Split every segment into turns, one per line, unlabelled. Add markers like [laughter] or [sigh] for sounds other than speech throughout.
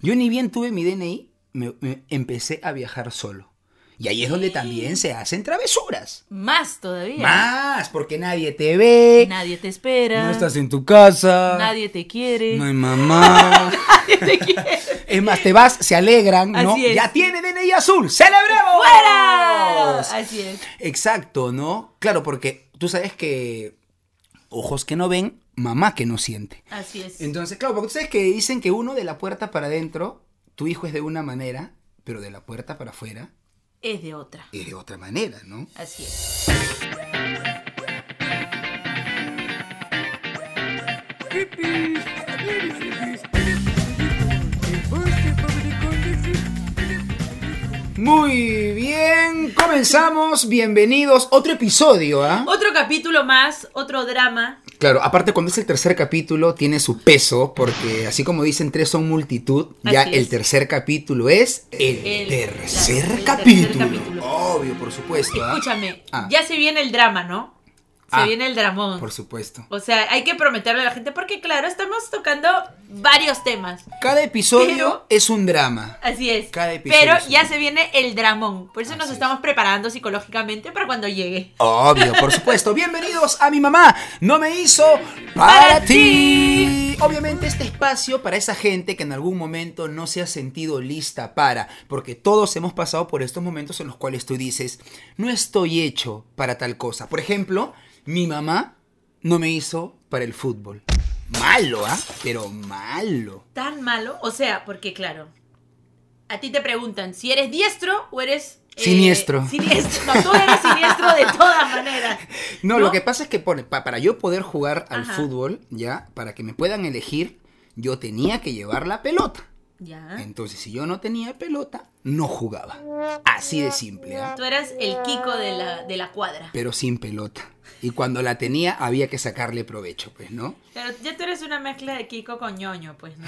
Yo ni bien tuve mi DNI, me, me empecé a viajar solo. Y ahí es donde también se hacen travesuras.
Más todavía.
Más, porque nadie te ve,
Nadie te espera.
no estás en tu casa,
Nadie te quiere.
no hay
[laughs]
mamá.
Nadie [laughs] te quiere.
[laughs] Es más, te vas, se alegran, ¿no?
Así es.
Ya tiene DNI azul, ¡celebremos!
¡Fuera! Así es.
Exacto, ¿no? Claro, porque tú sabes que ojos que no ven, mamá que no siente.
Así es.
Entonces, claro, porque tú sabes que dicen que uno de la puerta para adentro, tu hijo es de una manera, pero de la puerta para afuera
es de otra.
es de otra manera, ¿no?
Así es.
Muy bien, comenzamos, bienvenidos, otro episodio, ¿ah?
Otro capítulo más, otro drama.
Claro, aparte cuando es el tercer capítulo tiene su peso, porque así como dicen tres son multitud, ya
Así
el
es.
tercer capítulo es el,
El-
tercer,
la- el tercer
capítulo.
capítulo.
Obvio, por supuesto. ¿ah?
Escúchame,
Ah.
ya se viene el drama, ¿no? Se
Ah.
viene el dramón.
Por supuesto.
O sea, hay que prometerle a la gente porque, claro, estamos tocando varios temas.
Cada episodio
Pero-
es un drama.
Así es.
Cada episodio
Pero
es un
ya
drama.
se viene el dramón. Por eso nos
Así es.
estamos preparando psicológicamente para cuando llegue.
Obvio, por supuesto. Bienvenidos a mi mamá. No me hizo para,
Para
ti. Obviamente este espacio para esa gente que en algún momento no se ha sentido lista para, porque todos hemos pasado por estos momentos en los cuales tú dices, no estoy hecho para tal cosa. Por ejemplo, mi mamá no me hizo para el fútbol. Malo, ¿ah? Pero malo.
Tan malo. O sea, porque, claro, a ti te preguntan si eres diestro o eres. eh,
Siniestro.
Siniestro. No, tú eres siniestro
[laughs]
de todas maneras.
No,
¿No?
lo que pasa es que pone, pa- para yo poder jugar al
Ajá.
fútbol, ya, para que me puedan elegir, yo tenía que llevar la pelota.
Ya.
Entonces, si yo no tenía pelota, no jugaba. Así de simple, ¿ah?
Tú eras el Kiko de la, de la cuadra.
pero sin pelota. Y cuando la tenía, había que sacarle provecho, pues, ¿no?
Pero ya tú eres una mezcla de Kiko con ñoño, pues,
[laughs]
¿no?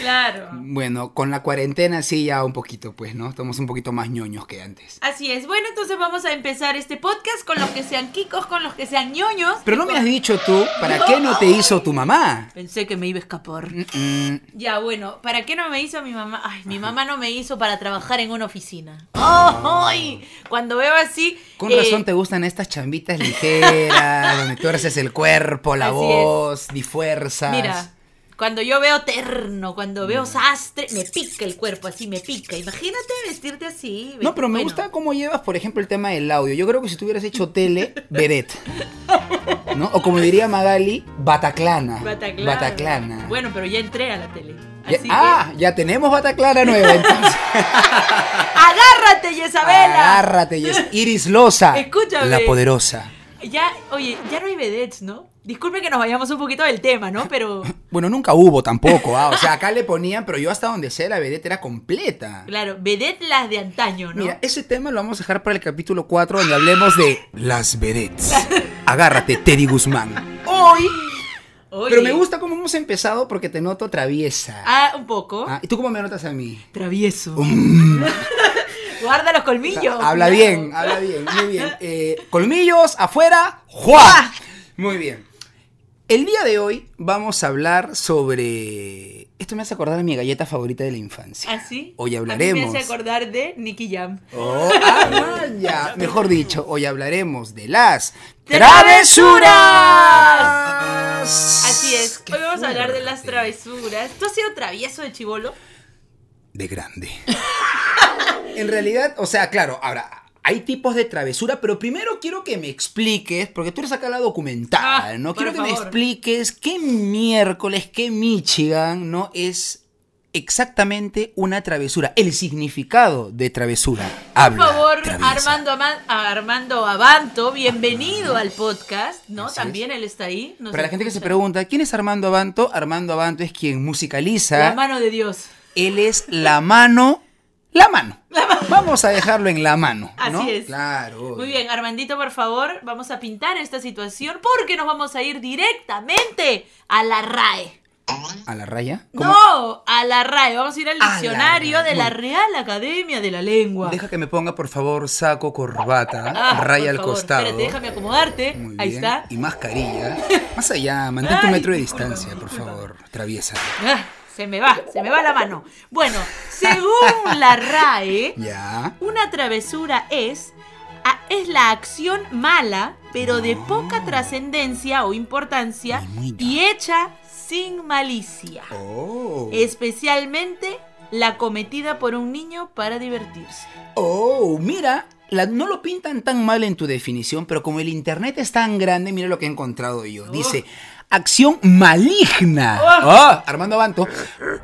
claro.
Bueno, con la cuarentena sí ya un poquito, pues, ¿no? Estamos un poquito más ñoños que antes.
Así es. Bueno, entonces vamos a empezar este podcast con los que sean Kikos, con los que sean ñoños.
Pero no me has dicho tú, ¿para qué no te hizo tu mamá?
Pensé que me iba a escapar.
Mm,
Ya, bueno, ¿para qué no me hizo mi mamá? Ay, mi mamá no me hizo para trabajar en una oficina. ¡Ay! Cuando veo así.
Ah. Con
eh,
razón te gustan estas chambitas ligeras, [laughs] donde tuerces el cuerpo, la
Así es.
voz, difuerzas.
Mira, cuando yo veo terno, cuando veo sastre, me pica el cuerpo así, me pica. Imagínate vestirte así. [laughs]
No, pero me
bueno.
gusta cómo llevas, por ejemplo, el tema del audio. Yo creo que si tú hubieras hecho tele, vedette. ¿No? O como diría Magali, Bataclana.
Bataclana.
Bataclana.
Bueno, pero ya entré a la tele.
Ya-
Así
ah, ya tenemos Bataclana nueva,
[laughs]
entonces.
que. ¡Agárrate, Yesabela!
Agárrate, Jess. Iris Loza.
Escúchame.
La poderosa.
Ya, oye, ya no hay vedettes, ¿no? Disculpe que nos vayamos un poquito del tema, ¿no?
[laughs]
Pero.
Bueno, nunca hubo tampoco, ah. O sea, acá le ponían, pero yo hasta donde sé, la vedette era completa.
Claro, vedette las de antaño, ¿no?
Mira, ese tema lo vamos a dejar para el capítulo 4 donde hablemos de las vedettes. Agárrate, Teddy Guzmán. Hoy.
[laughs] Oye.
Pero me gusta cómo hemos empezado porque te noto traviesa.
Ah, un poco.
Ah, ¿Y tú cómo me notas a mí?
Travieso. [laughs] Guarda los colmillos.
habla
cuidado.
bien, habla bien, muy
[laughs]
bien. Eh, colmillos afuera, ¡juá! Muy bien. El día de hoy vamos a hablar sobre. Esto me hace acordar a mi galleta favorita de la infancia.
¿Así?
Hoy
¿Ah, A mí
hablaremos.
me hace acordar de Nicky Jam.
Oh, ah,
[laughs]
ya. Mejor dicho, hoy hablaremos de las
¡Travesuras!
travesuras.
Así es.
Qué
Hoy vamos a hablar de las
fuerte.
travesuras. ¿Tú has sido travieso de chivolo?
de grande. [laughs] en realidad, o sea, claro, ahora, hay tipos de travesura, pero primero quiero que me expliques, porque tú eres acá la documentada,
Ah,
¿no?
por
Quiero que me
favor.
expliques qué miércoles, qué Michigan, ¿no? Es exactamente una travesura, el significado de travesura.
Por
Habla,
favor,
traviesa.
Armando, Ama- a Armando Abanto, bienvenido al podcast, ¿no?
Así
También él está ahí. nos
Para la gente que se
escucha.
pregunta, ¿quién es Armando Abanto? Armando Abanto es quien musicaliza.
La mano de Dios.
Él es la mano. La mano. Vamos a dejarlo en la mano. ¿no?
Así es.
Claro.
Muy bien, Armandito, por favor, vamos a pintar esta situación porque nos vamos a ir directamente a la RAE.
¿A la raya?
No, a la RAE. Vamos a ir al
A la
diccionario
RAE.
de la Real Academia de la Lengua.
Deja que me ponga, por favor, saco, corbata,
Ah,
raya
por
al
favor,
costado.
Espérate, déjame acomodarte.
Muy
Ahí
bien.
está. [laughs]
Y mascarilla. Más allá, mantén tu
Ay,
metro de
discúlpame,
distancia, por
discúlpame.
favor. Traviesa.
Ah, se me va, se me va la mano. Bueno,
[laughs]
según la RAE,
Ya.
una travesura es, a- es la acción mala, pero de poca trascendencia o importancia
Ay, muy
y hecha sin malicia.
Oh.
Especialmente la cometida por un niño para divertirse.
Oh, mira. la- no lo pintan tan mal en tu definición, pero como el internet es tan grande, mira lo que he encontrado yo. Dice, acción maligna. Ah, Armando Banto.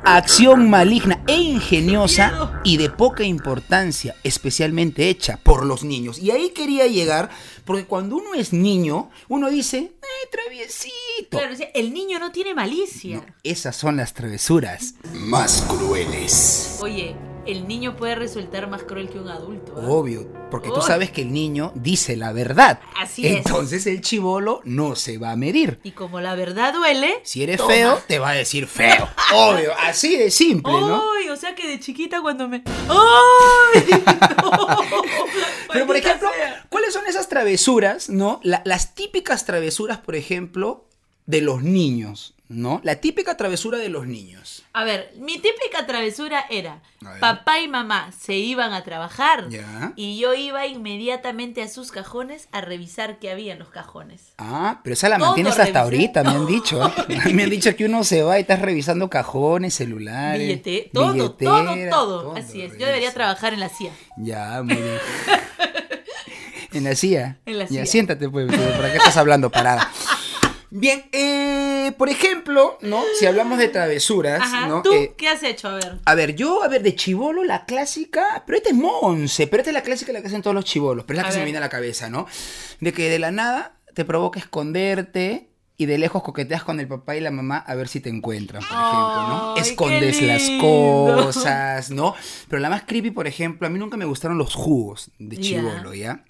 Acción maligna e ingeniosa y de poca importancia, especialmente hecha por los niños. Y ahí quería llegar, porque cuando uno es niño, uno dice, ¡eh, traviesito!
Claro, o sea, el niño no tiene malicia.
Esas son las travesuras más crueles.
Oye, el niño puede resultar más cruel que un adulto. ¿ah?
Obvio, porque tú
Uy.
sabes que el niño dice la verdad.
Así es.
Entonces el chivolo no se va a medir.
Y como la verdad duele.
Si eres
toma.
feo, te va a decir feo. Obvio, así de simple, ¿no?
¡Ay! O sea que de chiquita cuando me.
[laughs]
¡Ay! [laughs]
Pero por
Maldita
ejemplo,
sea.
¿cuáles son esas travesuras, no? La- las típicas travesuras, por ejemplo, de los niños, ¿no? La típica travesura de los niños.
A ver, mi típica travesura era:
A ver.
papá y mamá se iban a trabajar.
Ya.
Y yo iba inmediatamente a sus cajones a revisar qué había en los cajones.
Ah, pero esa la
Todo
mantienes hasta
revisé.
ahorita, me han dicho. ¿ah?
[laughs]
Me han dicho que uno se va y estás revisando cajones, celulares.
Billete, todo, todo,
billetera,
todo, Así es. Yo debería
revisa.
trabajar en la CIA.
Ya, muy bien. en la CIA.
En la
Ya,
CIA.
siéntate, pues, pero ¿para qué estás hablando parada? Bien, eh, por ejemplo, ¿no? Si hablamos de travesuras,
Ajá.
¿no?
¿Tú
Eh,
qué has hecho? A ver.
a ver, yo, a ver, de chivolo, la clásica, pero esta es Monse, pero esta es la clásica la que hacen todos los chivolos, pero es la
A
que se me
ver.
viene a la cabeza, ¿no? De que de la nada te provoca esconderte y de lejos coqueteas con el papá y la mamá a ver si te encuentran, por ejemplo, ¿no?
Ay, qué
Escondes las
lindo.
cosas, ¿no? Pero la más creepy, por ejemplo, a mí nunca me gustaron los jugos de
Ya.
chivolo, ¿ya?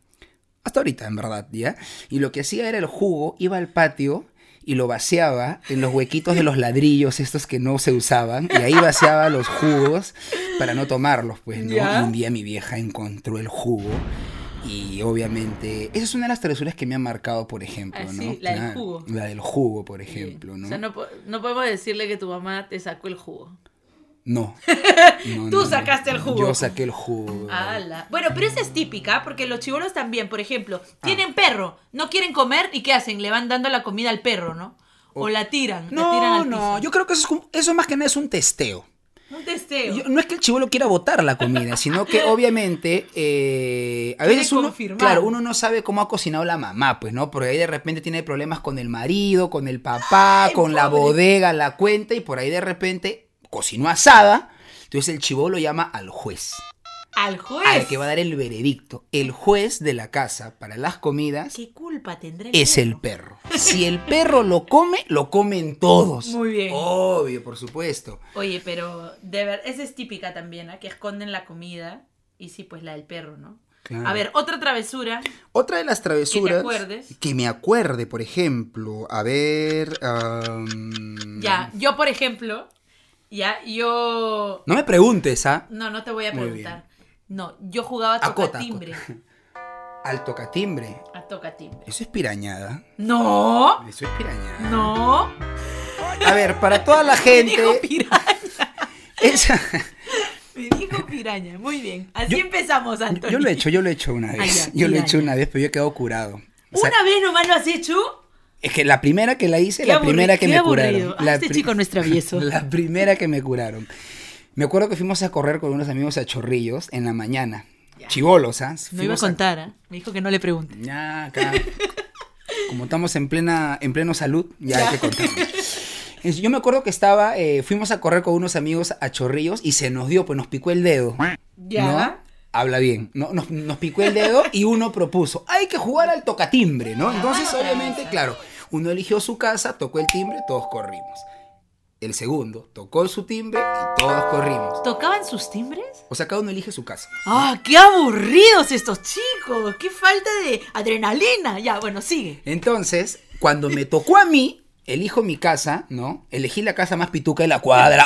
Hasta ahorita, en verdad, ¿ya? Y lo que hacía era el jugo, iba al patio y lo vaciaba en los huequitos de los ladrillos estos que no se usaban. Y ahí vaciaba los jugos para no tomarlos, pues, ¿no?
Ya.
Y un día mi vieja encontró el jugo y obviamente... Esa es una de las travesuras que me ha marcado, por ejemplo,
Ah,
¿no?
sí, la del
Claro,
jugo.
La del jugo, por ejemplo, ¿no?
O sea,
no...
no, po- no podemos decirle que tu mamá te sacó el jugo. [laughs]
No, no,
Tú
no.
sacaste el jugo. Ah,
Yo saqué el jugo.
Ala. Bueno, pero esa es típica, porque los chivolos también, por ejemplo,
Ah.
tienen perro, no quieren comer y ¿qué hacen? Le van dando la comida al perro, ¿no? O la tiran, la tiran
No,
al
no,
piso.
yo creo que eso, es como- eso más que nada es un testeo.
Un testeo.
Yo- no es que el chivolo quiera botar la comida, sino
[laughs]
que obviamente eh, a
Quiere
veces uno,
confirmar.
claro, uno no sabe cómo ha cocinado la mamá, pues, ¿no? Porque ahí de repente tiene problemas con el marido, con el papá, con la
pobre!
bodega, la cuenta, y por ahí de repente cocinó asada. Entonces el chivolo llama al juez,
Al juez.
al que va a dar el veredicto. El juez de la casa para las comidas
¿Qué culpa tendrá el
es el
perro?
perro. Si el perro lo come, lo comen todos.
Muy bien.
Oh. Obvio, por supuesto.
Oye, pero de ver, esa es típica también, ¿ah? Que esconden la comida y sí, pues la del perro, ¿no?
Claro.
A ver, otra travesura.
Otra de las travesuras.
acuerdes.
que me acuerde, por ejemplo. A ver. am,
Ya, yo por ejemplo, ya, yo
No me preguntes, ¿ah?
No, no te voy a
Muy
preguntar. No, yo jugaba a
Acota,
tocatimbre.
Al tocatimbre.
A tocatimbre.
Eso es pirañada.
No,
Eso es pirañada.
no.
A ver, para toda
[laughs]
la
Me dijo
gente.
piraña.
[laughs] esa-
Me dijo piraña. Muy bien. Así
Yo-
empezamos, Antonio.
Yo lo he hecho, yo lo he hecho una vez.
Ah, ya,
yo lo he
piraña.
hecho una vez, pero yo he quedado curado. O sea,
¿Una vez nomás lo has hecho?
Es que la primera que la hice,
Qué
la
aburri-
primera que
qué
me
aburrido.
curaron.
Ah,
La
este
pri-
chico no es
[laughs]
travieso.
La primera que me curaron. Me acuerdo que fuimos a correr con unos amigos a Chorrillos en la mañana. Chivolos, ¿ah?
No iba a
Fuimos a-
contar, ¿ah? Me dijo que no le pregunte.
Ya,
[laughs]
acá. Como estamos en plena, en pleno salud, ya, hay que contar. Es- Yo me acuerdo que estaba, eh, fuimos a correr con unos amigos a Chorrillos y se nos dio, pues nos picó el dedo.
Ya.
¿no? Habla bien. ¿no? Nos, nos picó el dedo y uno propuso, hay que jugar al tocatimbre, ¿no? Entonces,
bueno,
obviamente,
esa.
claro, uno eligió su casa, tocó el timbre, todos corrimos. El segundo tocó su timbre y todos corrimos.
¿Tocaban sus timbres?
O sea, cada uno elige su casa.
¡Ah, qué aburridos estos chicos! ¡Qué falta de adrenalina! Ya, bueno, sigue.
Entonces, cuando me tocó a mí, elijo mi casa, ¿no? Elegí la casa más pituca de la
[laughs]
cuadra,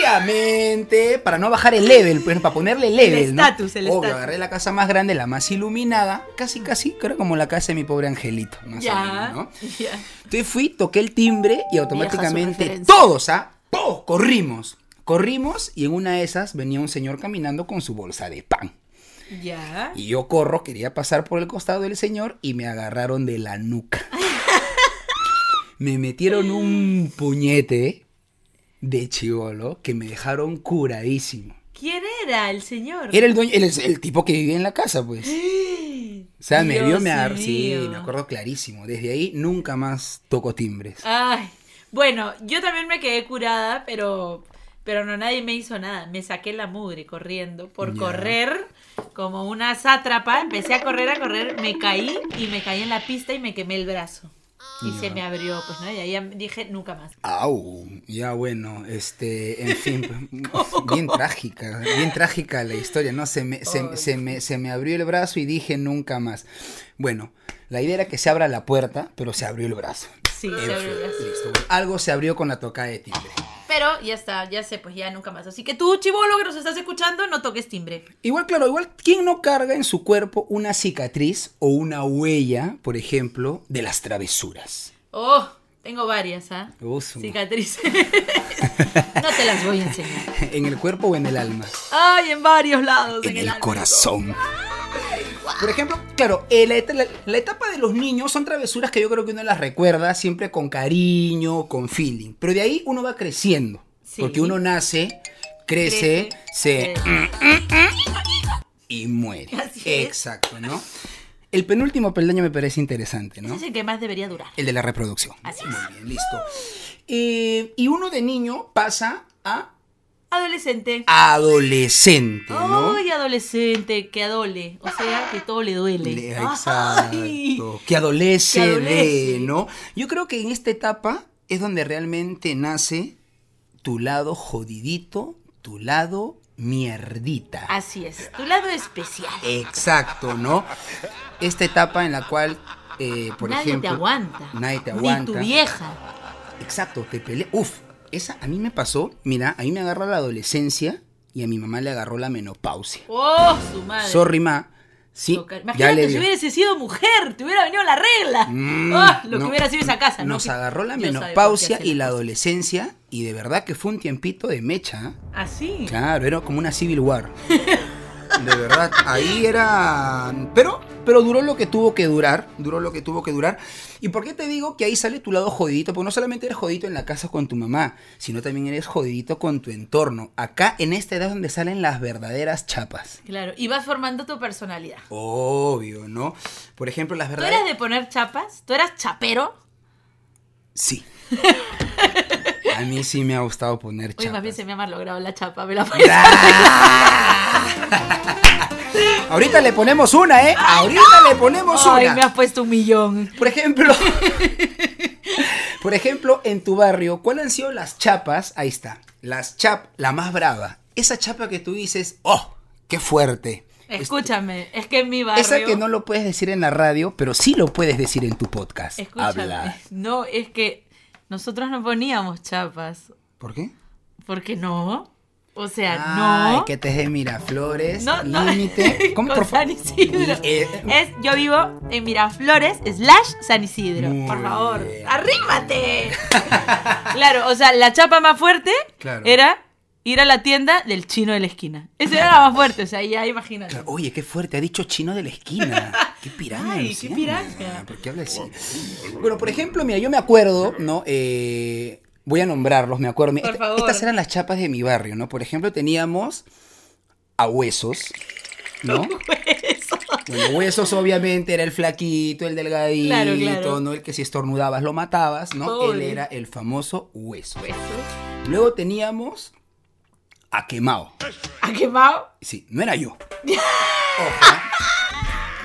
obviamente, para no bajar el level, pues, para ponerle level, ¿no?
estatus, el
Obvio,
estatus.
agarré la casa más grande, la más iluminada, casi, casi, creo como la casa de mi pobre angelito, más o menos,
Ya.
¿no?
[laughs] ya.
Entonces fui, toqué el timbre y automáticamente
referencia.
todos, ¿ah? ¡Po! Corrimos. Corrimos y en una de esas venía un señor caminando con su bolsa de pan.
Ya.
Y yo corro, quería pasar por el costado del señor y me agarraron de la
[laughs]
nuca. me metieron un puñete de chivolo que me dejaron curadísimo.
¿Quién era el señor?
Era el dueño, el, el tipo que vivía en la casa,
[gasps]
pues. O sea, me vio,
Dios
me agarró. Sí,
mío.
me acuerdo clarísimo. Desde ahí nunca más toco timbres.
Ay. Bueno, yo también me quedé curada, pero pero no nadie me hizo nada. Me saqué la mugre corriendo por
Ya.
correr como una sátrapa. Empecé a correr, a correr, me caí y me caí en la pista y me quemé el brazo. Y se me abrió, pues, ¿no? Y ahí ya dije nunca más.
Au, ya bueno, este, en fin,
[laughs]
bien trágica, bien trágica la historia, ¿no? Se me, se, se me, se me abrió el brazo y dije nunca más. Bueno, la idea era que se abra la puerta, pero se abrió el brazo.
Sí,
En
se abrió el
fin,
brazo.
listo, bueno. Algo se abrió con la toca de timbre.
Pero ya está, ya sé, pues ya nunca más. Así que tú, chivolo que nos estás escuchando, no toques timbre.
Igual, claro, igual, ¿quién no carga en su cuerpo una cicatriz o una huella, por ejemplo, de las travesuras?
Oh, tengo varias, ¿ah?
Oh, su-
Cicatrices. no te las voy a enseñar.
[laughs] En el cuerpo o en el alma.
Ay, en varios lados.
en el
alma.
corazón. Por ejemplo, claro, eh, la, et- la- la etapa de los niños son travesuras que yo creo que uno las recuerda siempre con cariño, con feeling. Pero de ahí uno va creciendo.
Sí.
Porque uno nace, crece, se...
Crece, crece.
y muere.
Así es.
Exacto, ¿no? El penúltimo peldaño me parece interesante, ¿no?
Ese es el que más debería durar.
El de la reproducción.
Así
Muy bien, listo. Eh, y uno de niño pasa a
Adolescente.
adolescente, ¿no?
Ay, adolescente, que adole. O sea, que todo le duele.
Le-
Ay.
Exacto. Que adolece,
Que adolece.
de, ¿no? Yo creo que en esta etapa es donde realmente nace tu lado jodidito, tu lado mierdita.
Así es, tu lado especial.
Exacto, ¿no? Esta etapa en la cual, eh, por
nadie
ejemplo.
te aguanta.
Nadie te
Ni
aguanta.
tu vieja.
Exacto, te pelea. Uf, esa a mí me pasó. Mira, a mí me agarró la adolescencia y a mi mamá le agarró la menopausia.
Oh, su madre.
Sorry, ma. Sí,
Tocar.
ya le
Imagínate
dio.
si hubiese sido mujer, te hubiera venido la regla.
Mm,
Ah, lo
no,
que hubiera sido esa casa. ¿no?
Nos
Que
agarró la
Dios sabe por qué
menopausia
hace
y la
las cosas.
adolescencia y de verdad que fue un tiempito de mecha. ¿ah?
Así.
Claro, era como una civil
[laughs]
war. De verdad, ahí era... Pero, pero duró lo que tuvo que durar, duró lo que tuvo que durar. ¿Y por qué te digo que ahí sale tu lado jodidito? Porque no solamente eres jodidito en la casa con tu mamá, sino también eres jodidito con tu entorno. Acá en esta edad es donde salen las verdaderas chapas.
Claro, y vas formando tu personalidad.
Obvio, ¿no? Por ejemplo, las
¿Tú
verdaderas...
eras de poner chapas? ¿Tú eras chapero? [laughs]
Sí. A mí sí me ha gustado poner
Uy, más bien
chapas.
se me ha malogrado la chapa, me la
¡Ah! Ahorita le ponemos una, ¿eh? Ahorita le ponemos
Ay, me
una.
has puesto un millón.
Por ejemplo, [laughs] por ejemplo, en tu barrio, ¿cuáles han sido las chapas? Ahí está. Las chap, la más brava. Esa chapa que tú dices, "Oh, qué fuerte."
Escúchame, es que en mi barrio...
Este, Esa que no lo puedes decir en la radio, pero sí lo puedes decir en tu podcast.
Escúchame,
Habla.
no, es que nosotros no poníamos chapas.
¿Por qué?
¿Por qué no? O sea,
Ay,
no.
que te es de Miraflores,
No, no. [laughs]
límite.
Con
por fa-
San Isidro.
Eh,
Es, yo vivo en Miraflores slash San Isidro.
Muy
por favor,
bien.
arrímate. claro, o sea, la chapa más fuerte
Claro.
era ir a la tienda del chino de la esquina. Esa era la más fuerte, o sea, ya imagínate.
Claro, Oye, qué fuerte, ha dicho chino de la
[laughs]
esquina. Qué piranga.
Ay, qué
Luciana.
piranga.
¿Por qué habla así? Bueno, por ejemplo, mira, yo me acuerdo, ¿no? Eh, voy a nombrarlos, me acuerdo. Mira,
Por
esta-
favor.
Estas eran las chapas de mi barrio, ¿no? Por ejemplo, teníamos a huesos,
[laughs]
¿no?
[laughs] Eso.
Bueno, huesos obviamente era el flaquito, el delgadito,
Claro, claro.
¿no? El que si estornudabas lo matabas, ¿no? Él
Pobre.
era el famoso hueso.
Eso.
Luego teníamos a quemado.
¿Ha quemado?
Sí, no era
[laughs]
yo. Ojo.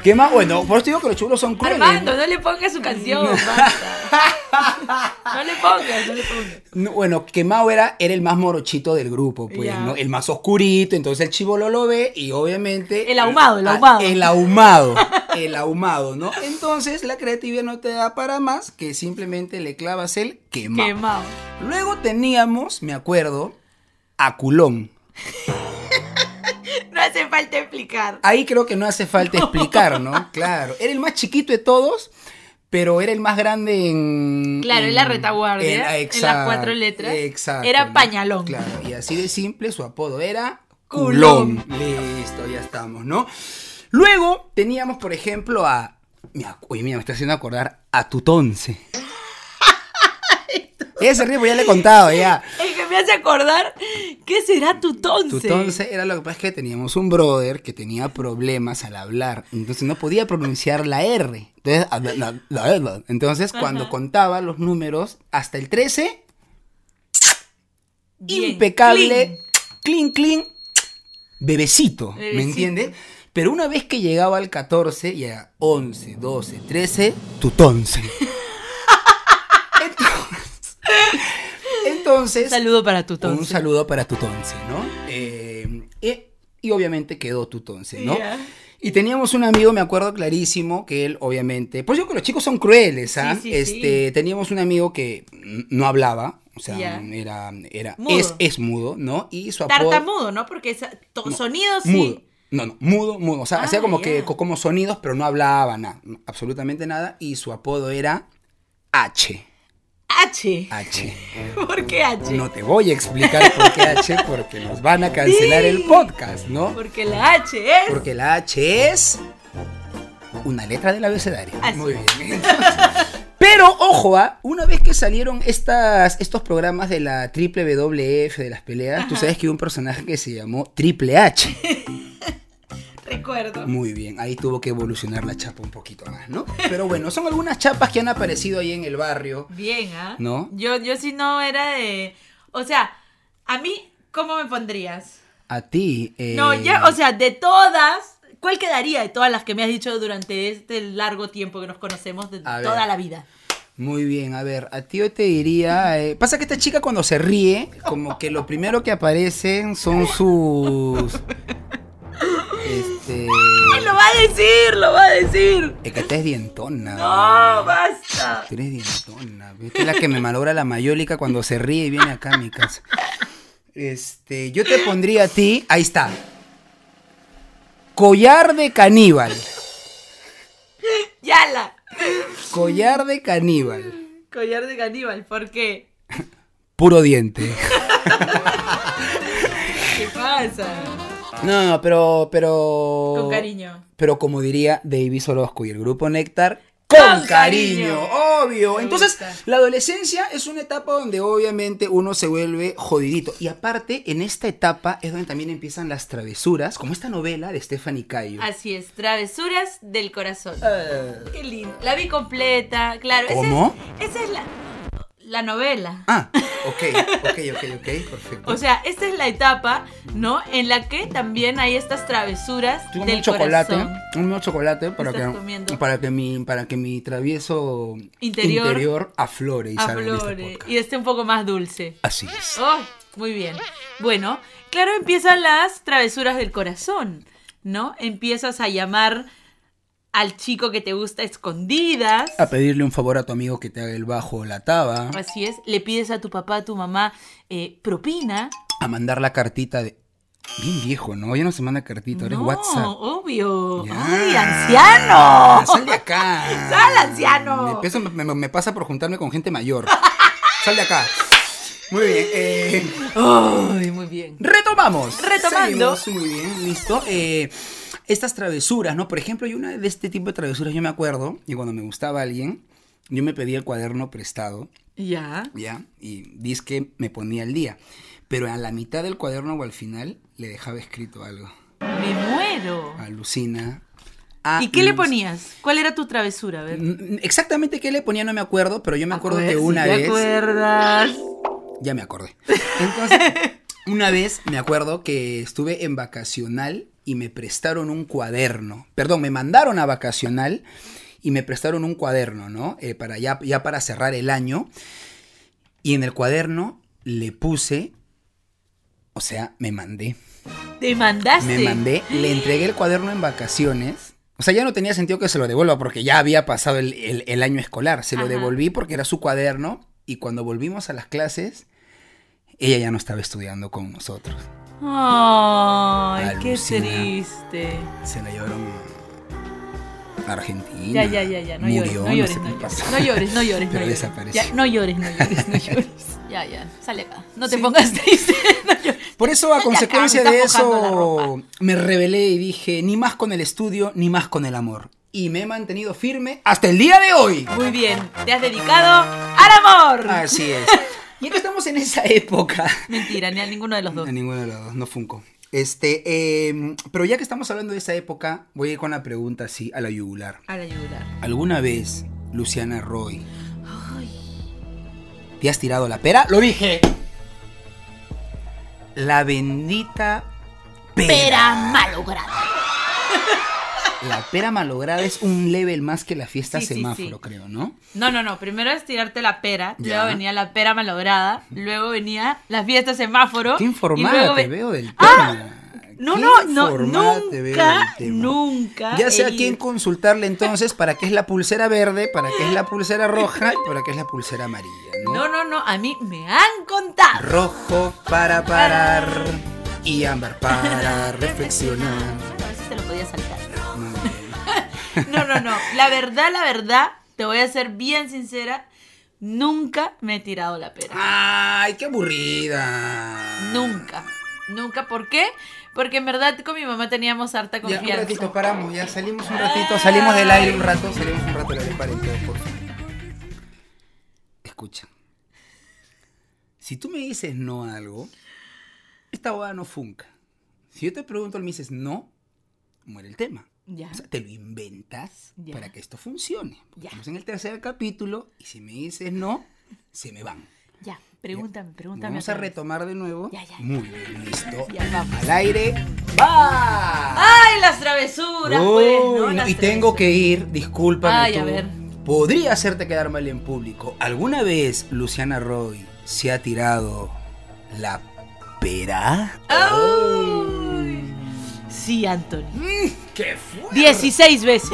¿Qué más? Bueno, por eso te digo que los chulos son crueles.
Armando, no le pongas su
[laughs]
canción, basta. No le pongas, no le pongas.
No, bueno, Quemao era, era el más morochito del grupo, pues,
Ya.
¿no? El más oscurito, entonces el chivolo lo ve y obviamente... Ah,
El ahumado, el ahumado.
el
[laughs]
ahumado, el ahumado, ¿no? Entonces la creatividad no te da para más que simplemente le clavas el Quemao.
Quemado.
Luego teníamos, me acuerdo, a Culón.
No hace falta explicar. [laughs]
Ahí creo que no hace falta explicar, ¿no? Claro. Era el más chiquito de todos, pero era el más grande en...
Claro, en la retaguardia, en las cuatro letras.
Exacto.
Era
¿no?
Pañalón.
Claro, y así de simple su apodo era...
Culón.
Culón. Listo, ya estamos, ¿no? Luego teníamos, por ejemplo, a... Mira, uy, mira, me está haciendo acordar a
[laughs]
Tutonce. Ella se ríe porque ya le he contado, ya.
El que me hace acordar, ¿qué será tu tonce?
Tutonce era lo que pasa es que teníamos un brother que tenía problemas al hablar, entonces no podía pronunciar la R. Entonces, habla- la- la R. Entonces, cuando contaba los números hasta el 13,
Bien,
impecable,
clean.
clean, clean, bebecito, ¿me
Bebecito.
entiendes? Pero una vez que llegaba al 14 y era 11, 12, 13,
[laughs]
tutonce. Entonces- Entonces,
Un saludo para tu tonce.
un saludo para tutonce, ¿no? Eh, eh, y obviamente quedó tutonce, ¿no?
Ya.
Y teníamos un amigo, me acuerdo clarísimo, que él obviamente, pues yo creo que los chicos son crueles, ¿ah?
Sí, sí,
este, teníamos un amigo que mm, no hablaba, o sea,
Ya.
era era
Mudo.
es es mudo, ¿no? Y su apodo
Tartamudo, ¿no? Porque esa- to- sonido sí.
mudo. No, no, mudo, mudo, o sea,
Ah,
hacía como que
ya.
co- como sonidos, pero no hablaba nada, no, absolutamente nada y su apodo era H.
H.
H.
¿Por qué H?
No te voy a explicar por qué H porque nos van a cancelar el podcast, ¿no?
Porque la H es.
Porque la H es una letra del abecedario.
Así.
Muy bien. Pero ojo, ah, una vez que salieron estas, estos programas de la triple WF de las peleas, tú sabes que hubo un personaje que se llamó Triple H.
Recuerdo.
Muy bien, ahí tuvo que evolucionar la chapa un poquito más, ¿no? Pero bueno, son algunas chapas que han aparecido ahí en el barrio.
Bien, ¿ah?
¿No?
Yo, yo sí no era de. O sea, a mí, ¿cómo me pondrías?
A ti. eh,
No, ya, o sea, de todas. ¿Cuál quedaría de todas las que me has dicho durante este largo tiempo que nos conocemos de
A ver.
toda la vida?
Muy bien, a ver, a ti yo te diría. eh, pasa que esta chica cuando se ríe, como que lo primero que aparecen son sus. Este.
¡Ay, lo va a decir! ¡Lo va a decir!
Es que te es dientona.
¡No, basta!
Tú eres dientona. ve, tú eres la que me malogra la mayólica cuando se ríe y viene acá a mi casa. Este, yo te pondría a ti. Ahí está. Collar de caníbal.
¡Yala!
Collar de caníbal.
Collar de caníbal, ¿por qué?
Puro diente.
¿Qué pasa?
No, no, pero, pero.
Con cariño.
Pero como diría Davis Orozco y el grupo Néctar,
Con
con,
cariño.
cariño, obvio.
Me
Entonces,
gusta.
la adolescencia es una etapa donde obviamente uno se vuelve jodidito. Y aparte, en esta etapa es donde también empiezan las travesuras, como esta novela de Stephanie Cayo.
Así es, travesuras del corazón.
Eh,
Qué lindo. La vi completa, claro. esa
¿Cómo?
es- Esa es, la, la novela.
Ah, ok, ok, ok, ok, perfecto.
O sea, esta es la etapa, ¿no? En la que también hay estas travesuras
Tú
del
un chocolate,
corazón.
un nuevo chocolate para
Estás
que,
comiendo.
para que mi para que mi travieso
Interior.
aflore y
A
salga en este
flores.
podcast.
Y este un poco más dulce.
Así es.
¡Oh! Muy bien. Bueno, claro, empiezan las travesuras del corazón, ¿no? Empiezas a llamar al chico que te gusta a escondidas.
A pedirle un favor a tu amigo que te haga el bajo o la taba.
Así es, le pides a tu papá, a tu mamá eh, propina.
a mandar la cartita de. Bien viejo, ¿no? Ya no se manda cartita, ahora
no,
es
[laughs]
WhatsApp.
obvio.
Ya.
¡Ay, anciano!
¡Sal de acá!
¡Sal, anciano!
Me, eso me- me- me pasa por juntarme con gente mayor. ¡Sal de acá! Muy bien. eh,
Ay, muy bien.
retomamos.
Retomando.
Seguimos, muy bien, listo. Eh, estas travesuras, ¿no? Por ejemplo, yo una de este tipo de travesuras, yo me acuerdo, y cuando me gustaba alguien, yo me pedía el cuaderno prestado.
Ya.
¿ya? Y que me ponía al día. Pero a la mitad del cuaderno o al final le dejaba escrito algo.
Me muero.
Alucina. Ah,
¿Y qué le
alucina.
ponías? ¿Cuál era tu travesura? A ver.
N- Exactamente qué le ponía no me acuerdo, pero
Ah,
yo me acuerdo
pues,
que una
¿Sí
vez...
¿Te acuerdas?
Ya me acordé. Entonces, una vez me acuerdo que estuve en vacacional y me prestaron un cuaderno. Perdón, me mandaron a vacacional y me prestaron un cuaderno, ¿no? Eh, para ya, ya para cerrar el año. Y en el cuaderno le puse. O sea, me mandé.
¿Te mandaste?
Me mandé. Le entregué el cuaderno en vacaciones. O sea, ya no tenía sentido que se lo devuelva porque ya había pasado el, el- el año escolar. Se lo
Ajá.
devolví porque era su cuaderno. Y cuando volvimos a las clases, ella ya no estaba estudiando con nosotros.
Ay, qué
Alucina.
triste.
Se la llevaron Argentina.
Ya, ya, ya, ya. No
murió,
llores,
sé
no
qué
llores,
pasó.
no llores, no llores, no llores.
Pero
no llores.
desapareció.
Ya, no llores, no
[laughs]
llores, no llores. Ya, ya, sale acá. No te
Sí.
pongas triste, [laughs] no llores.
Por eso, a
Ya,
consecuencia
Carmen,
de
está mojando la
eso, me rebelé y dije, ni más con el estudio, ni más con el amor. Y me he mantenido firme hasta el día de hoy.
Muy bien, te has dedicado al amor.
Así es. Y que estamos en esa época.
Mentira, ni a ninguno de los
[laughs]
dos.
A ninguno de los dos, no Funko. Este, eh, pero ya que estamos hablando de esa época, voy a ir con la pregunta así, a la yugular.
A la yugular.
¿Alguna vez, Luciana Roy,
Ay,
te has tirado la pera? ¡Lo dije! La bendita pera.
pera malograda.
La pera malograda es un level más que la fiesta
Sí, sí,
semáforo,
sí.
creo, ¿no?
No, no, no. Primero es tirarte la pera.
Ya.
Luego venía la pera malograda. Luego venía la fiesta semáforo.
Qué
y
informada
luego
te
ve- ¡Ah!
veo del tema.
No,
Qué
no, no,
informada te veo
nunca,
del tema.
nunca.
Ya sé a
he
quién
ido.
consultarle entonces para qué es la pulsera verde, para qué es la pulsera roja y para qué es la pulsera amarilla, ¿no?
No, no, no. A mí me han contado.
Rojo para parar y ámbar para reflexionar.
Bueno, eso te lo podía saltar.
Muy bien.
No, no, no. La verdad, la verdad, te voy a ser bien sincera. Nunca me he tirado la pera.
Ay, qué aburrida.
Nunca. Nunca. ¿Por qué? Porque en verdad con mi mamá teníamos harta
Ya, un
confianza.
ratito, paramos, ya salimos un ratito, salimos del aire un rato, salimos un rato del aire, paren todo, por favor. Escucha. Si tú me dices no a algo, esta boda no funca. Si yo te pregunto y me dices no, muere el tema.
Ya.
O sea, te lo inventas
Ya.
para que esto funcione.
Ya.
Estamos en el tercer capítulo y si me dices no, se me van.
Ya. Pregúntame, pregúntame.
Vamos a
otra vez.
retomar de nuevo.
Ya, ya.
Muy bien, listo.
Ya vamos.
Al aire. ¡Va!
¡Ay, las travesuras! pues,
Uy,
¿no?
no,
Las
y tengo
travesuras.
que ir, discúlpame
Ay,
tú.
a ver.
Podría hacerte quedar mal en público. ¿Alguna vez Luciana Roy se ha tirado la pera?
Ay. Sí, Anthony.
Mm, ¡Qué fuerte!
16 veces.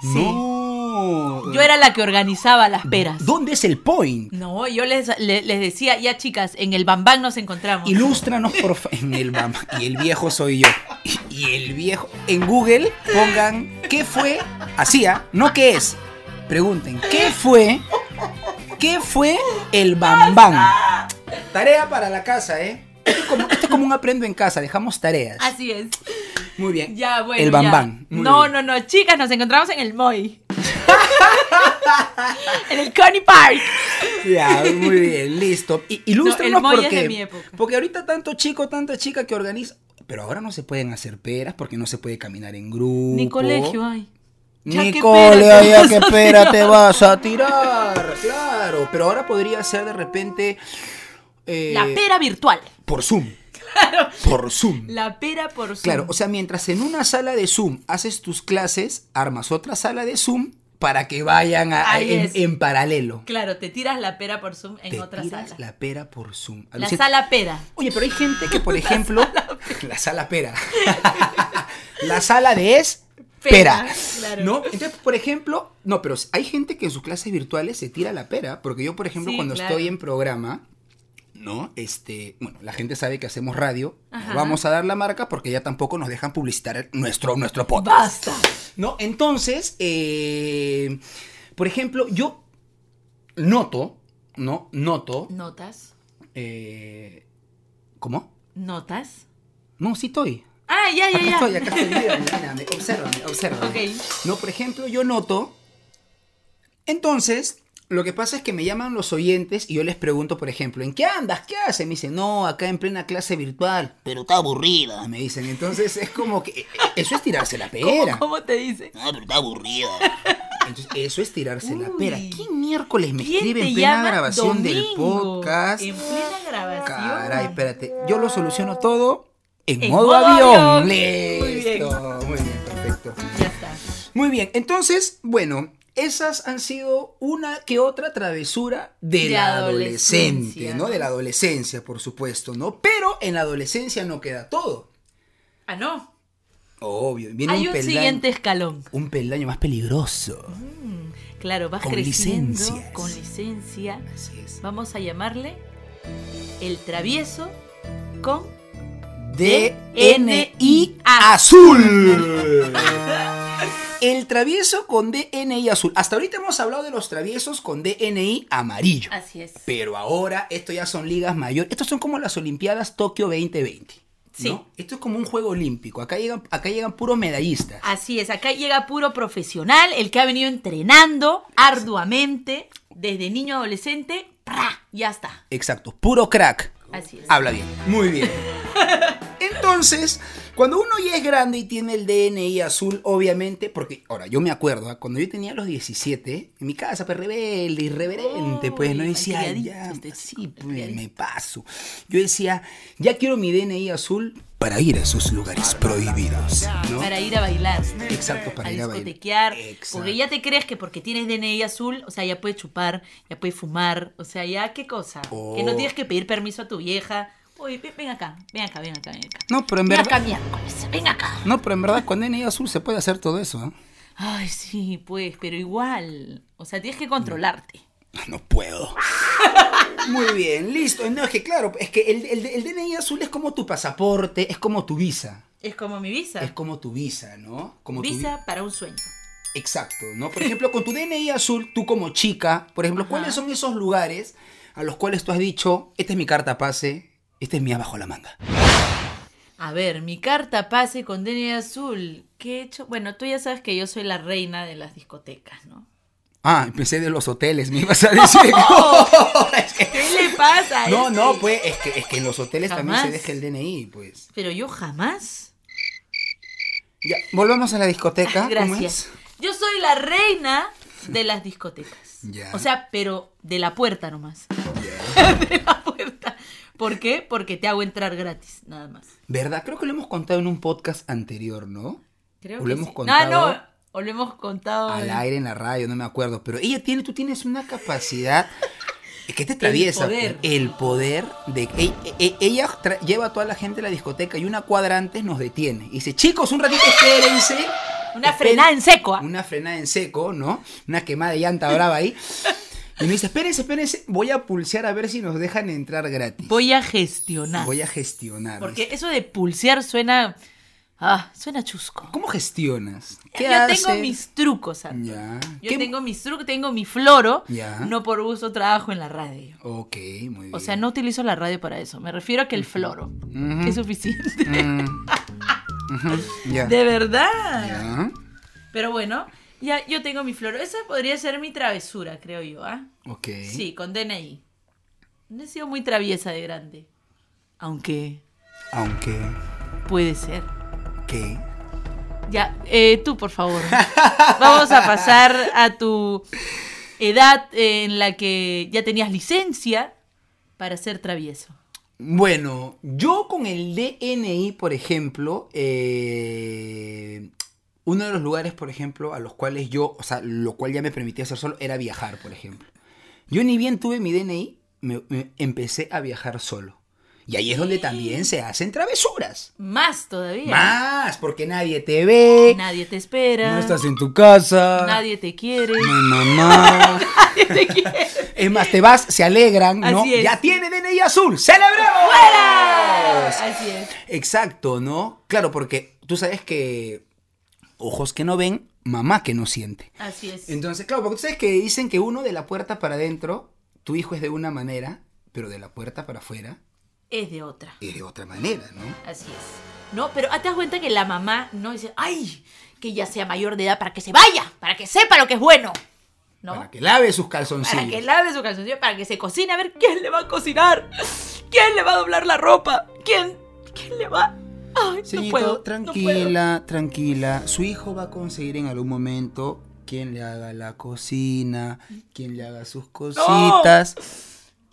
Sí.
No.
Yo era la que organizaba las peras.
¿Dónde es el point?
No, yo les, le- les decía, ya chicas, en el Bambán nos encontramos.
Ilústranos, por favor. En el mamá. Y el viejo soy yo. Y el viejo. En Google pongan qué fue. Hacía, no qué es. Pregunten, ¿qué fue? ¿Qué fue el bambán? Tarea para la casa, ¿eh? Esto es como, esto es como un aprendo en casa, dejamos tareas.
Así es.
Muy bien.
Ya, bueno.
El
ya.
bambán. Muy
No,
bien.
no, no, chicas, nos encontramos en el Moy. [laughs] en el Coney Park.
Ya, muy bien, listo. Y, ilústranos
No, el moi
porque,
es de mi época.
porque ahorita tanto chico, tanta chica que organiza. Pero ahora no se pueden hacer peras porque no se puede caminar en grupo.
Ni colegio hay. Ya, qué
Nicole,
pera te
ya
vas
que
a
pera
tirar.
te vas a tirar, claro. Pero ahora podría ser de repente eh,
La pera virtual.
por Zoom. Por Zoom.
La pera por Zoom.
Mm. Claro, o sea, mientras en una sala de Zoom haces tus clases, armas otra sala de Zoom para que vayan a- a-
Ahí
en,
es.
en paralelo.
Claro, te tiras la pera por Zoom en
Te
otra
tiras
sala.
la pera por Zoom.
La
Alucin-
sala pera.
Oye, pero hay gente
[laughs]
que, por ejemplo, [laughs] la sala pera. [laughs] la sala de es pera.
Pera, claro.
¿No? Entonces, por ejemplo, no, pero hay gente que en sus clases virtuales se tira la pera, porque yo, por ejemplo,
Sí,
cuando
claro.
estoy en programa, ¿no? Este, bueno, la gente sabe que hacemos radio, no
Ajá.
vamos a dar la marca porque ya tampoco nos dejan publicitar nuestro nuestro podcast.
Basta.
¿No? Entonces, eh, por ejemplo, yo noto, ¿no? Noto
Notas.
eh, ¿Cómo?
Notas.
No, sí estoy.
Ah, ya, ya,
Acá
ya.
estoy, acá estoy. Mírame, mírame, obsérvame, obsérvame.
Ok.
No, por ejemplo, yo noto. Entonces, lo que pasa es que me llaman los oyentes y yo les pregunto, por ejemplo, ¿en qué andas? ¿Qué haces? Me dicen, no, acá en plena clase virtual. Pero está aburrida. Me dicen, entonces es como que. eh, Eso es tirarse la
¿Cómo,
pera.
cómo te dice?
Ah, pero está aburrida. Entonces, eso es tirarse la
Uy.
pera. ¿Qué miércoles me
¿Quién
escribe
te
en plena
llama
grabación del
domingo?
podcast?
En plena grabación.
Caray, espérate. Yo lo soluciono todo en,
En
modo,
modo
avión.
avión. Muy bien.
Listo. Muy bien, perfecto.
Ya está.
Muy bien, entonces, bueno, esas han sido una que otra travesura de
De
la
adolescencia,
adolescente, ¿no?
¿no?
De la adolescencia, por supuesto, ¿no? Pero en la adolescencia no queda todo.
Ah, no.
Obvio, viene
Hay
un
un
peldaño.
siguiente escalón.
Un peldaño más peligroso.
Claro, vas
Con
creciendo
licencias.
con licencia.
Así es.
Vamos a llamarle el travieso con
DNI azul.
[laughs]
El travieso con DNI azul. Hasta ahorita hemos hablado de los traviesos con DNI amarillo.
Así es.
Pero ahora, esto ya son ligas mayores. Estos son como las Olimpiadas Tokio 2020.
Sí.
¿no? Esto es como un juego olímpico. Acá llegan, acá llegan puros medallistas.
Así es, acá llega puro profesional, el que ha venido entrenando arduamente desde niño adolescente, ¡pra! Ya está.
Exacto, puro crack.
Así es.
Habla bien. Muy
[laughs]
bien. Entonces, cuando uno ya es grande y tiene el DNI azul, obviamente, porque ahora yo me acuerdo, ¿ah? cuando yo tenía los 17, en mi casa, pues rebelde, irreverente, pues no
Uy,
decía, "Ay,
malcriadito
ya,
este
sí,
chico,
pues, me paso. Yo decía, ya quiero mi DNI azul para ir a esos lugares prohibidos, ¿no?
Para ir a bailar.
Exacto, para
a
ir a bailar.
discotequear,
Exacto.
porque ya te crees que porque tienes DNI azul, o sea, ya puedes chupar, ya puedes fumar, o sea, ya qué cosa. Que
Oh.
no tienes que pedir permiso a tu vieja. Oye, ven, ven acá, ven acá, ven acá, ven acá.
No, pero en
Ven acá
verdad,
miércoles, ven acá.
no, pero en verdad con DNI azul se puede hacer todo eso, ¿ah?
Ay, sí, pues, pero igual. O sea, tienes que controlarte.
Ah, No puedo. [laughs] Muy bien, listo. No, es que claro, es que el, el- el DNI azul es como tu pasaporte, es como tu visa.
Es como mi visa.
Es como tu visa, ¿no? Como tu
Visa para un sueño.
vi- Exacto, ¿no? Por ejemplo, con tu DNI azul, tú como chica, por ejemplo, ¿cuáles son esos lugares a los cuales tú has dicho, esta es mi carta pase, esta es mi abajo la manga?
A ver, mi carta pase con DNI azul. ¿Qué he hecho? Bueno, tú ya sabes que yo soy la reina de las discotecas, ¿no?
Ah, empecé de los hoteles, me ibas a
[laughs]
decir. [laughs] Es que-
¿Qué le pasa? a
No,
este?
no, pues, es que, es que en los hoteles también
Jamás.
se deja el DNI, pues.
Pero yo jamás.
Ya, volvamos a la discoteca. ¿cómo
Gracias.
es?
Yo soy la reina de las discotecas.
Ya.
O sea, pero de la puerta nomás. [laughs] de la puerta. ¿Por qué? Porque te hago entrar gratis, nada más.
¿Verdad? Creo que lo hemos contado en un podcast anterior, ¿no?
Creo
O
que
lo hemos
sí.
contado
No, no. O lo hemos contado.
Al
en-
aire en la radio, no me acuerdo. Pero ella tiene, tú tienes una capacidad que te atraviesa.
poder.
pues, El poder de. e- e- ella tra- lleva a toda la gente a la discoteca y una cuadra antes nos detiene. Y dice, chicos, un ratito espérense.
Una
Esperen-
frenada en seco. ¿ah?
Una frenada en seco, ¿no? Una quemada de llanta brava ahí. Y me dice, espérense, espérense. Voy a pulsear a ver si nos dejan entrar gratis.
Voy a gestionar.
Voy a gestionar.
Porque eso de pulsear suena. Ah, suena chusco.
¿Cómo gestionas? ¿Qué
Yo tengo
haces?
mis trucos, Santo.
Ya.
Yo
¿Qué-
tengo mis trucos, tengo mi floro.
Ya.
No por gusto trabajo en la radio.
Ok, muy bien.
O sea, no utilizo la radio para eso. Me refiero a que el floro
Ujú.
es suficiente.
Mm. Ujú, [laughs] Ya.
De verdad.
Ya.
Pero bueno, ya yo tengo mi floro. Esa podría ser mi travesura, creo yo, ¿ah?
Ok.
Sí, con DNI. No he sido muy traviesa de grande. Aunque
Aunque.
puede ser.
¿Qué?
Ya, eh, tú
[laughs]
por favor. Vamos a pasar a tu edad en la que ya tenías licencia para ser travieso.
Bueno, yo con el DNI, por ejemplo, eh, uno de los lugares, por ejemplo, a los cuales yo, o sea, lo cual ya me permitía hacer solo, era viajar, por ejemplo. Yo ni bien tuve mi DNI, me- me empecé a viajar solo. Y ahí es donde también se hacen travesuras.
Más todavía.
Más, porque nadie te ve,
Nadie te espera.
no estás en tu casa,
Nadie te quiere.
mi mamá.
[laughs] Nadie te quiere.
Es más, te vas, se alegran, ¿no?
Así es.
Ya tiene DNI azul, ¡celebremos!
Así es.
Exacto, ¿no? Claro, porque tú sabes que ojos que no ven, mamá que no siente.
Así es.
Entonces, claro, porque tú sabes que dicen que uno de la puerta para adentro, tu hijo es de una manera, pero de la puerta para afuera
Es de otra.
es de otra manera, ¿no?
Así es. No, pero ah, te das cuenta que la mamá no dice, ay, que ya sea mayor de edad para que se vaya, para que sepa lo que es bueno. ¿No?
Para que lave sus
Para
calzoncillos.
que lave su calzoncillo, para que se cocine, a ver quién le va a cocinar, quién le va a doblar la ropa, quién, quién le va. Ay,
Señorito,
no puedo. no puedo.
tranquila, tranquila. Su hijo va a conseguir en algún momento quien le haga la cocina, quien le haga sus cositas,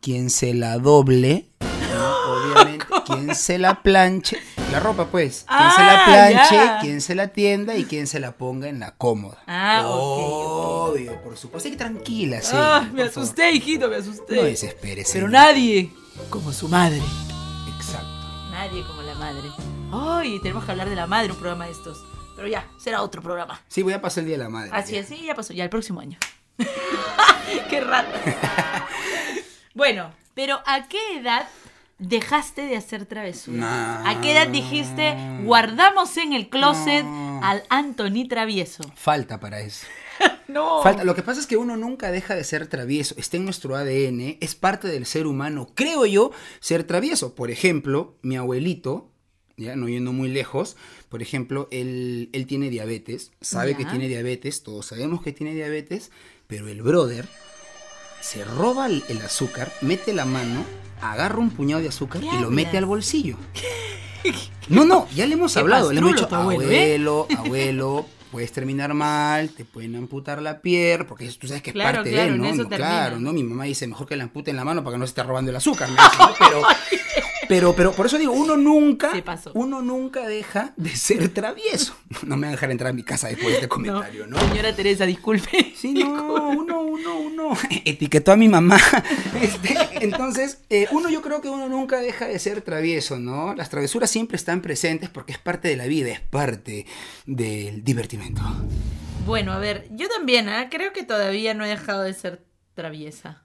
quien se la doble,
[gasps]
¿no? obviamente, quien se la planche, la ropa pues, quien se la
Ah,
planche,
ya.
quien se la tienda y quien se la ponga en la cómoda.
Ah, ok,
Obvio, por supuesto. Así que tranquila, Oh, sí.
Ah,
por
me
favor.
asusté, hijito, me asusté.
No desesperes.
Pero
señor.
nadie como su madre.
Exacto.
Nadie como la madre. Ay, tenemos que hablar de la madre un programa de estos. Pero ya, será otro programa.
Sí, voy a pasar el día de la madre.
Así es, sí, ya pasó, ya el próximo año. [laughs] ¡Qué rato! bueno, pero ¿a qué edad dejaste de hacer travesuras?
No.
¿A qué edad dijiste, guardamos en el closet
No.
al Anthony travieso?
Falta para eso.
No.
Falta. Lo que pasa es que uno nunca deja de ser travieso. Está en nuestro ADN, es parte del ser humano, creo yo, ser travieso. Por ejemplo, mi abuelito, ya no yendo muy lejos, por ejemplo, él, él tiene diabetes, sabe
Ya.
que tiene diabetes, todos sabemos que tiene diabetes, pero el brother se roba el, el azúcar, mete la mano, agarra un puñado de azúcar
¿Qué
y lo mete
hablas?
al bolsillo. No, no, ya le hemos
Qué
hablado, le hemos dicho,
pastrulo tu
abuelo,
abuelo, ¿eh?
abuelo, puedes terminar mal, te pueden amputar la pierna, porque eso tú sabes que es
Claro,
parte
claro,
de, ¿no?
en eso
No,
termina.
claro, ¿no? Mi mamá dice, mejor que le amputen la mano para que no se esté robando el azúcar, me
[laughs]
dice, ¿no? Pero, pero, pero por eso digo, uno nunca,
Se pasó.
uno nunca deja de ser travieso. No me van a dejar entrar a mi casa después de
[laughs]
este comentario, ¿no?
Señora Teresa, disculpe. [laughs]
Sí, no, uno, uno, uno. [laughs] Etiquetó a mi mamá. [laughs] Este, entonces, eh, uno yo creo que uno nunca deja de ser travieso, ¿no? Las travesuras siempre están presentes porque es parte de la vida, es parte del divertimento.
Bueno, a ver, yo también, ¿ah? creo que todavía no he dejado de ser traviesa.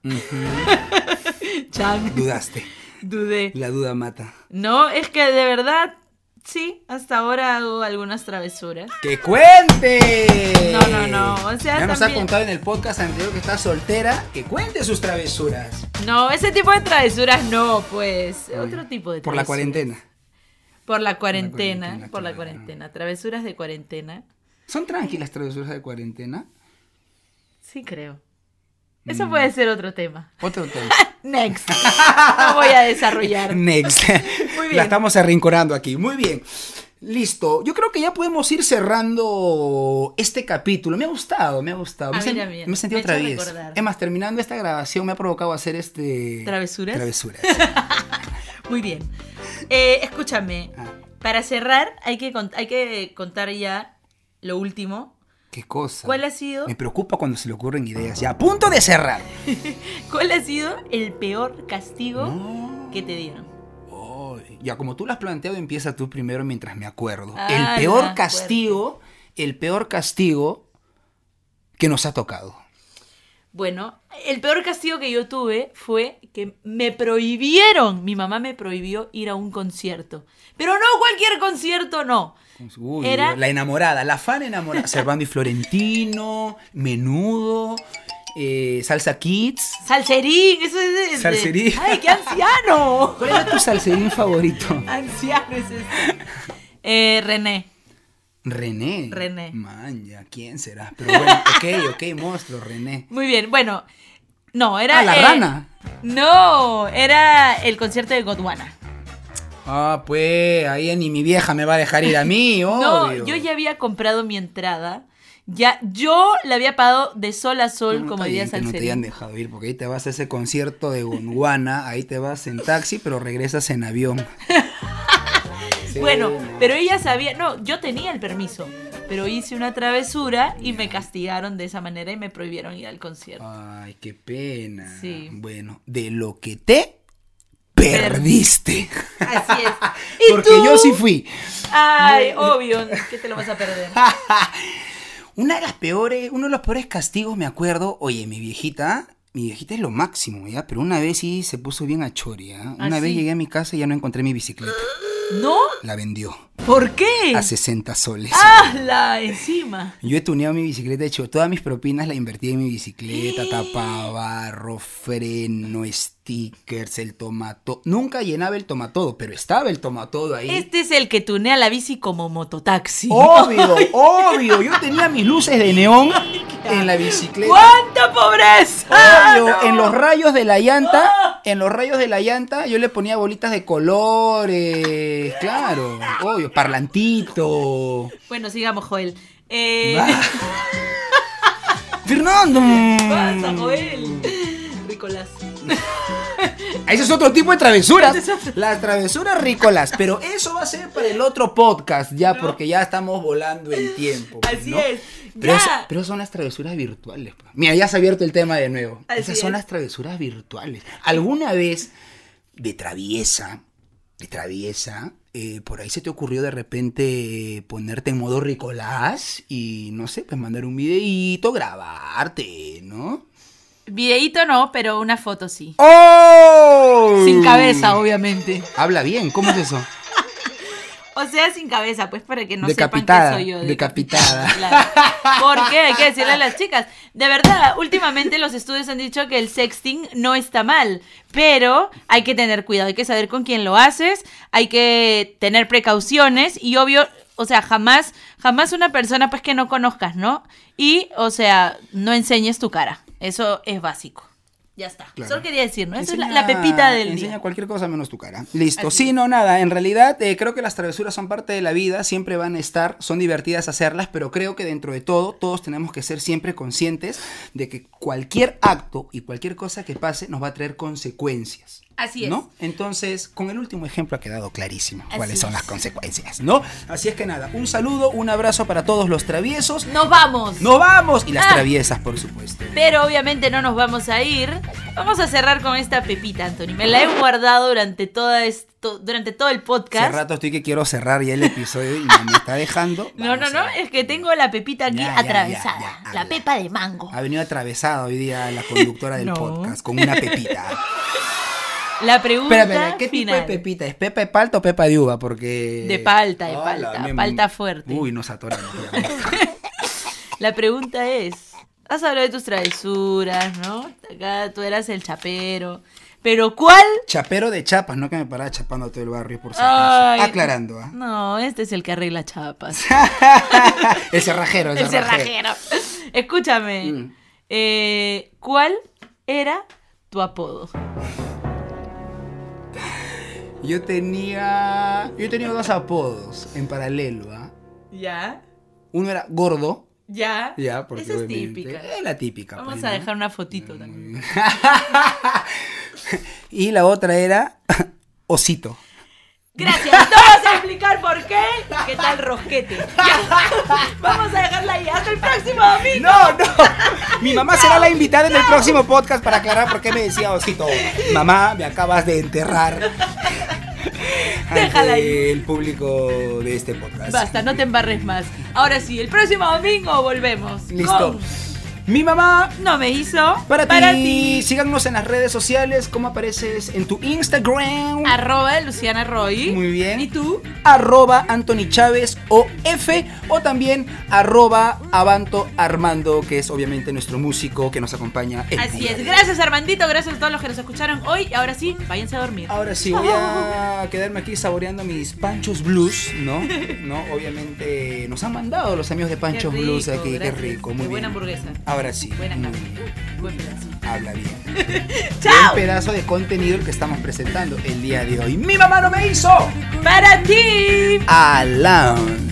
Chan,
Dudaste,
dudé.
la duda mata.
No, es que de verdad, sí, hasta ahora hago algunas travesuras.
¡Que cuente!
No, no, no, o sea,
ya nos ha
también-
contado en el podcast anterior que está soltera, que cuente sus travesuras.
No, ese tipo de travesuras no, pues. Otro tipo de travesuras.
Por la cuarentena.
Por la cuarentena,
cuarentena,
por la
claro.
cuarentena. Travesuras de cuarentena.
¿Son tranquilas travesuras de cuarentena?
Sí, creo. Eso
Mm.
puede ser otro tema.
Otro
[laughs]
tema.
Next. No voy a
[laughs]
desarrollar.
Next.
[laughs] Muy bien.
La estamos arrinconando aquí. Muy bien. Listo. Yo creo que ya podemos ir cerrando este capítulo. Me ha gustado, me ha gustado.
A
me,
mí también.
me he sentido
Me ha hecho
travieso.
recordar.
Es más, terminando esta grabación me ha provocado hacer este...
¿Travesuras? [laughs]
Travesuras.
Muy bien. Eh, escúchame.
Ah,
Para cerrar, hay que, cont- hay que contar ya lo último.
qué cosa.
¿Cuál ha sido?
Me preocupa cuando se le ocurren ideas. Ya, a punto de cerrar.
¿Cuál ha sido el peor castigo
No.
que te dieron?
Ay, ya, como tú lo has planteado, empieza tú primero mientras me acuerdo.
Ah,
el peor
ya,
castigo, el peor castigo que nos ha tocado.
Bueno, el peor castigo que yo tuve fue que me prohibieron, mi mamá me prohibió ir a un concierto. Pero no cualquier concierto, no.
Uy,
Era-
La enamorada, la fan enamorada. Servando y Florentino, Menudo, eh, Salsa Kids.
Salserín, eso es... de- de-
Salserín.
¡Ay, qué anciano! [laughs]
¿Cuál era tu salserín favorito?
anciano es este. Eh, René.
René.
René.
Man, ya, ¿quién será? Pero bueno, ok, ok, monstruo, René.
Muy bien, bueno. No, era...
Ah, la
eh,
rana.
No, era el concierto de Godwana.
Ah, pues, ahí ni mi vieja me va a dejar ir a mí,
[laughs] No,
obvio.
yo ya había comprado mi entrada. Ya, yo la había pagado de sol a sol,
No,
como
está
diría
bien que No te hayan
Salserín.
dejado ir, porque ahí te vas a ese concierto de Gondwana, ahí te vas en taxi, pero regresas en avión. Sí,
Bueno,
no.
pero ella sabía, no, yo tenía el permiso, pero hice una travesura y me castigaron de esa manera y me prohibieron ir al concierto.
Ay, qué pena.
Sí.
Bueno, de lo que te perdiste. [laughs]
Así es. ¿Y
Porque
tú?
yo sí fui.
Ay, obvio, que te lo vas a perder.
Ah. Una de las peores, uno de los peores castigos, me acuerdo. Oye, mi viejita, mi viejita es lo máximo, ¿ya? Pero una vez sí se puso bien a choria.
¿Ah,
Una vez
sí?
llegué a mi casa y ya no encontré mi
[gasps]
bicicleta.
¿No?
La vendió
¿Por qué? Ah.
a 60 soles.
¡Hala! Encima.
Yo he tuneado mi bicicleta, he hecho todas mis propinas, la invertí en mi bicicleta, tapabarro, freno, stickers, el tomatodo. Nunca llenaba el tomatodo, pero estaba el tomatodo ahí.
Este es el que tunea la bici como mototaxi.
Obvio, obvio. Yo tenía mis luces de neón en la bicicleta.
¡Cuánta pobreza!
eh. Obvio, en los rayos de la
Ah.
llanta, en los rayos de la llanta, yo le ponía bolitas de colores, claro, obvio, parlantito.
Bueno, sigamos, Joel. Eh, [laughs]
Ah. Fernando.
pasa, Joel? Ricolás.
Ese es otro tipo de travesuras.
Ese es
Las travesuras rícolas. Pero eso va a ser para el otro podcast, ya, porque ya estamos volando el tiempo. pues,
Así
¿no?
es.
Pero,
ya.
es- pero son las travesuras virtuales. pa. Mira, ya se ha abierto el tema de nuevo.
Así
Esas son
es.
las travesuras virtuales. ¿Alguna vez de traviesa, de traviesa, eh, por ahí se te ocurrió de repente eh, ponerte en modo Ricolás y no sé, pues mandar un videíto, grabarte, ¿no?
Videíto no, pero una foto sí.
¡Oh! ¡Oh!
Sin cabeza, obviamente.
Habla bien, ¿cómo es eso?
O sea, sin cabeza, pues para que no
Decapitada,
sepan que soy yo.
decapitada.
Claro. ¿Por qué? Hay que decirle a las chicas. De verdad, últimamente los estudios han dicho que el sexting no está mal, pero hay que tener cuidado, hay que saber con quién lo haces, hay que tener precauciones y obvio, o sea, jamás, jamás una persona pues que no conozcas, ¿no? Y, o sea, no enseñes tu cara. Eso es básico. Ya está.
Claro.
Solo quería decir, ¿no? Esa es la,
Enseña-
la pepita del
Enseña
día.
cualquier cosa menos tu cara. Listo.
Así
Sí, no, nada. En realidad, eh, creo que las travesuras son parte de la vida, siempre van a estar, son divertidas hacerlas, pero creo que dentro de todo, todos tenemos que ser siempre conscientes de que cualquier acto y cualquier cosa que pase nos va a traer consecuencias.
Así es.
¿No? Entonces, con el último ejemplo ha quedado clarísimo
Así
cuáles son
es.
las consecuencias, ¿no? Así es que nada, un saludo, un abrazo para todos los traviesos.
Nos vamos.
¡No vamos! Y las
Ah.
traviesas, por supuesto.
Pero obviamente no nos vamos a ir. Vamos a cerrar con esta pepita, Anthony. Me la he guardado durante, toda esto, durante todo el podcast.
Hace rato estoy que quiero cerrar ya el episodio y no me está dejando.
[laughs] no, no,
Vamos
no.
a-
Es que tengo la pepita aquí
Ya, ya,
atravesada.
ya, ya, Ah.
la
ya.
pepa de mango.
Ha venido atravesada hoy día
[laughs]
la conductora del
No.
podcast con una pepita.
[laughs] La pregunta
Espérame, ¿qué tipo de
final.
pepita? ¿Es pepa de palta o pepa de uva? Porque.
De palta, de
Hola,
palta,
me-
palta fuerte.
Uy, nos atoramos.
[laughs] La pregunta es, has hablado de tus travesuras, ¿no? Acá tú eras el chapero. Pero ¿cuál?
Chapero de chapas, no que me paraba chapando a todo el barrio por si
Ay.
acaso. Aclarando,
[laughs]
¿ah?
No, este es el que arregla chapas.
El cerrajero, [laughs] el
El
cerrajero.
cerrajero. Escúchame.
Mm.
eh, ¿Cuál era tu apodo?
Yo tenía. Yo tenía dos apodos en paralelo, ¿ah?
¿Ya?
Uno era gordo.
¿Ya?
Ya, porque
Esa es
obviamente-
típica.
Es la típica.
Vamos
pues,
a
¿no?
dejar una fotito también.
Y la otra era [laughs] osito.
Gracias. No vas a explicar por qué. ¿Qué tal rosquete? Ya. Vamos a dejarla ahí. Hasta el próximo domingo.
No, no. Mi mamá será la invitada en el próximo podcast para aclarar por qué me decía osito. Mamá, me acabas de enterrar.
Déjala ahí.
ante El público de este podcast.
Basta, no te embarres más. Ahora sí, el próximo domingo volvemos.
Listo.
con
Mi mamá.
No me hizo.
Para, ti, síganos en las redes sociales, como apareces en tu Instagram,
Arroba Luciana Roy.
Muy bien.
¿Y tú?
arroba Anthony Chávez o F o también arroba Avanto Armando, que es obviamente nuestro músico que nos acompaña. en
Así
Bulgaria.
es. Gracias, Armandito. Gracias a todos los que nos escucharon hoy. Y ahora sí, váyanse a dormir.
Ahora sí, voy a quedarme aquí saboreando mis Panchos Blues,
[laughs]
¿no? ¿No? Obviamente nos han mandado los amigos de Panchos
rico,
Blues aquí, qué
gracias.
rico, muy
Qué buena
bien. Mm.
hamburguesa.
Ahora sí,
Buena
muy
carne.
bien.
Uh, Buen pedazo.
habla bien.
[laughs] ¡Chao!
Un pedazo de contenido el que estamos presentando el día de hoy. ¡Mi mamá no me hizo!
Para ti.
Alone.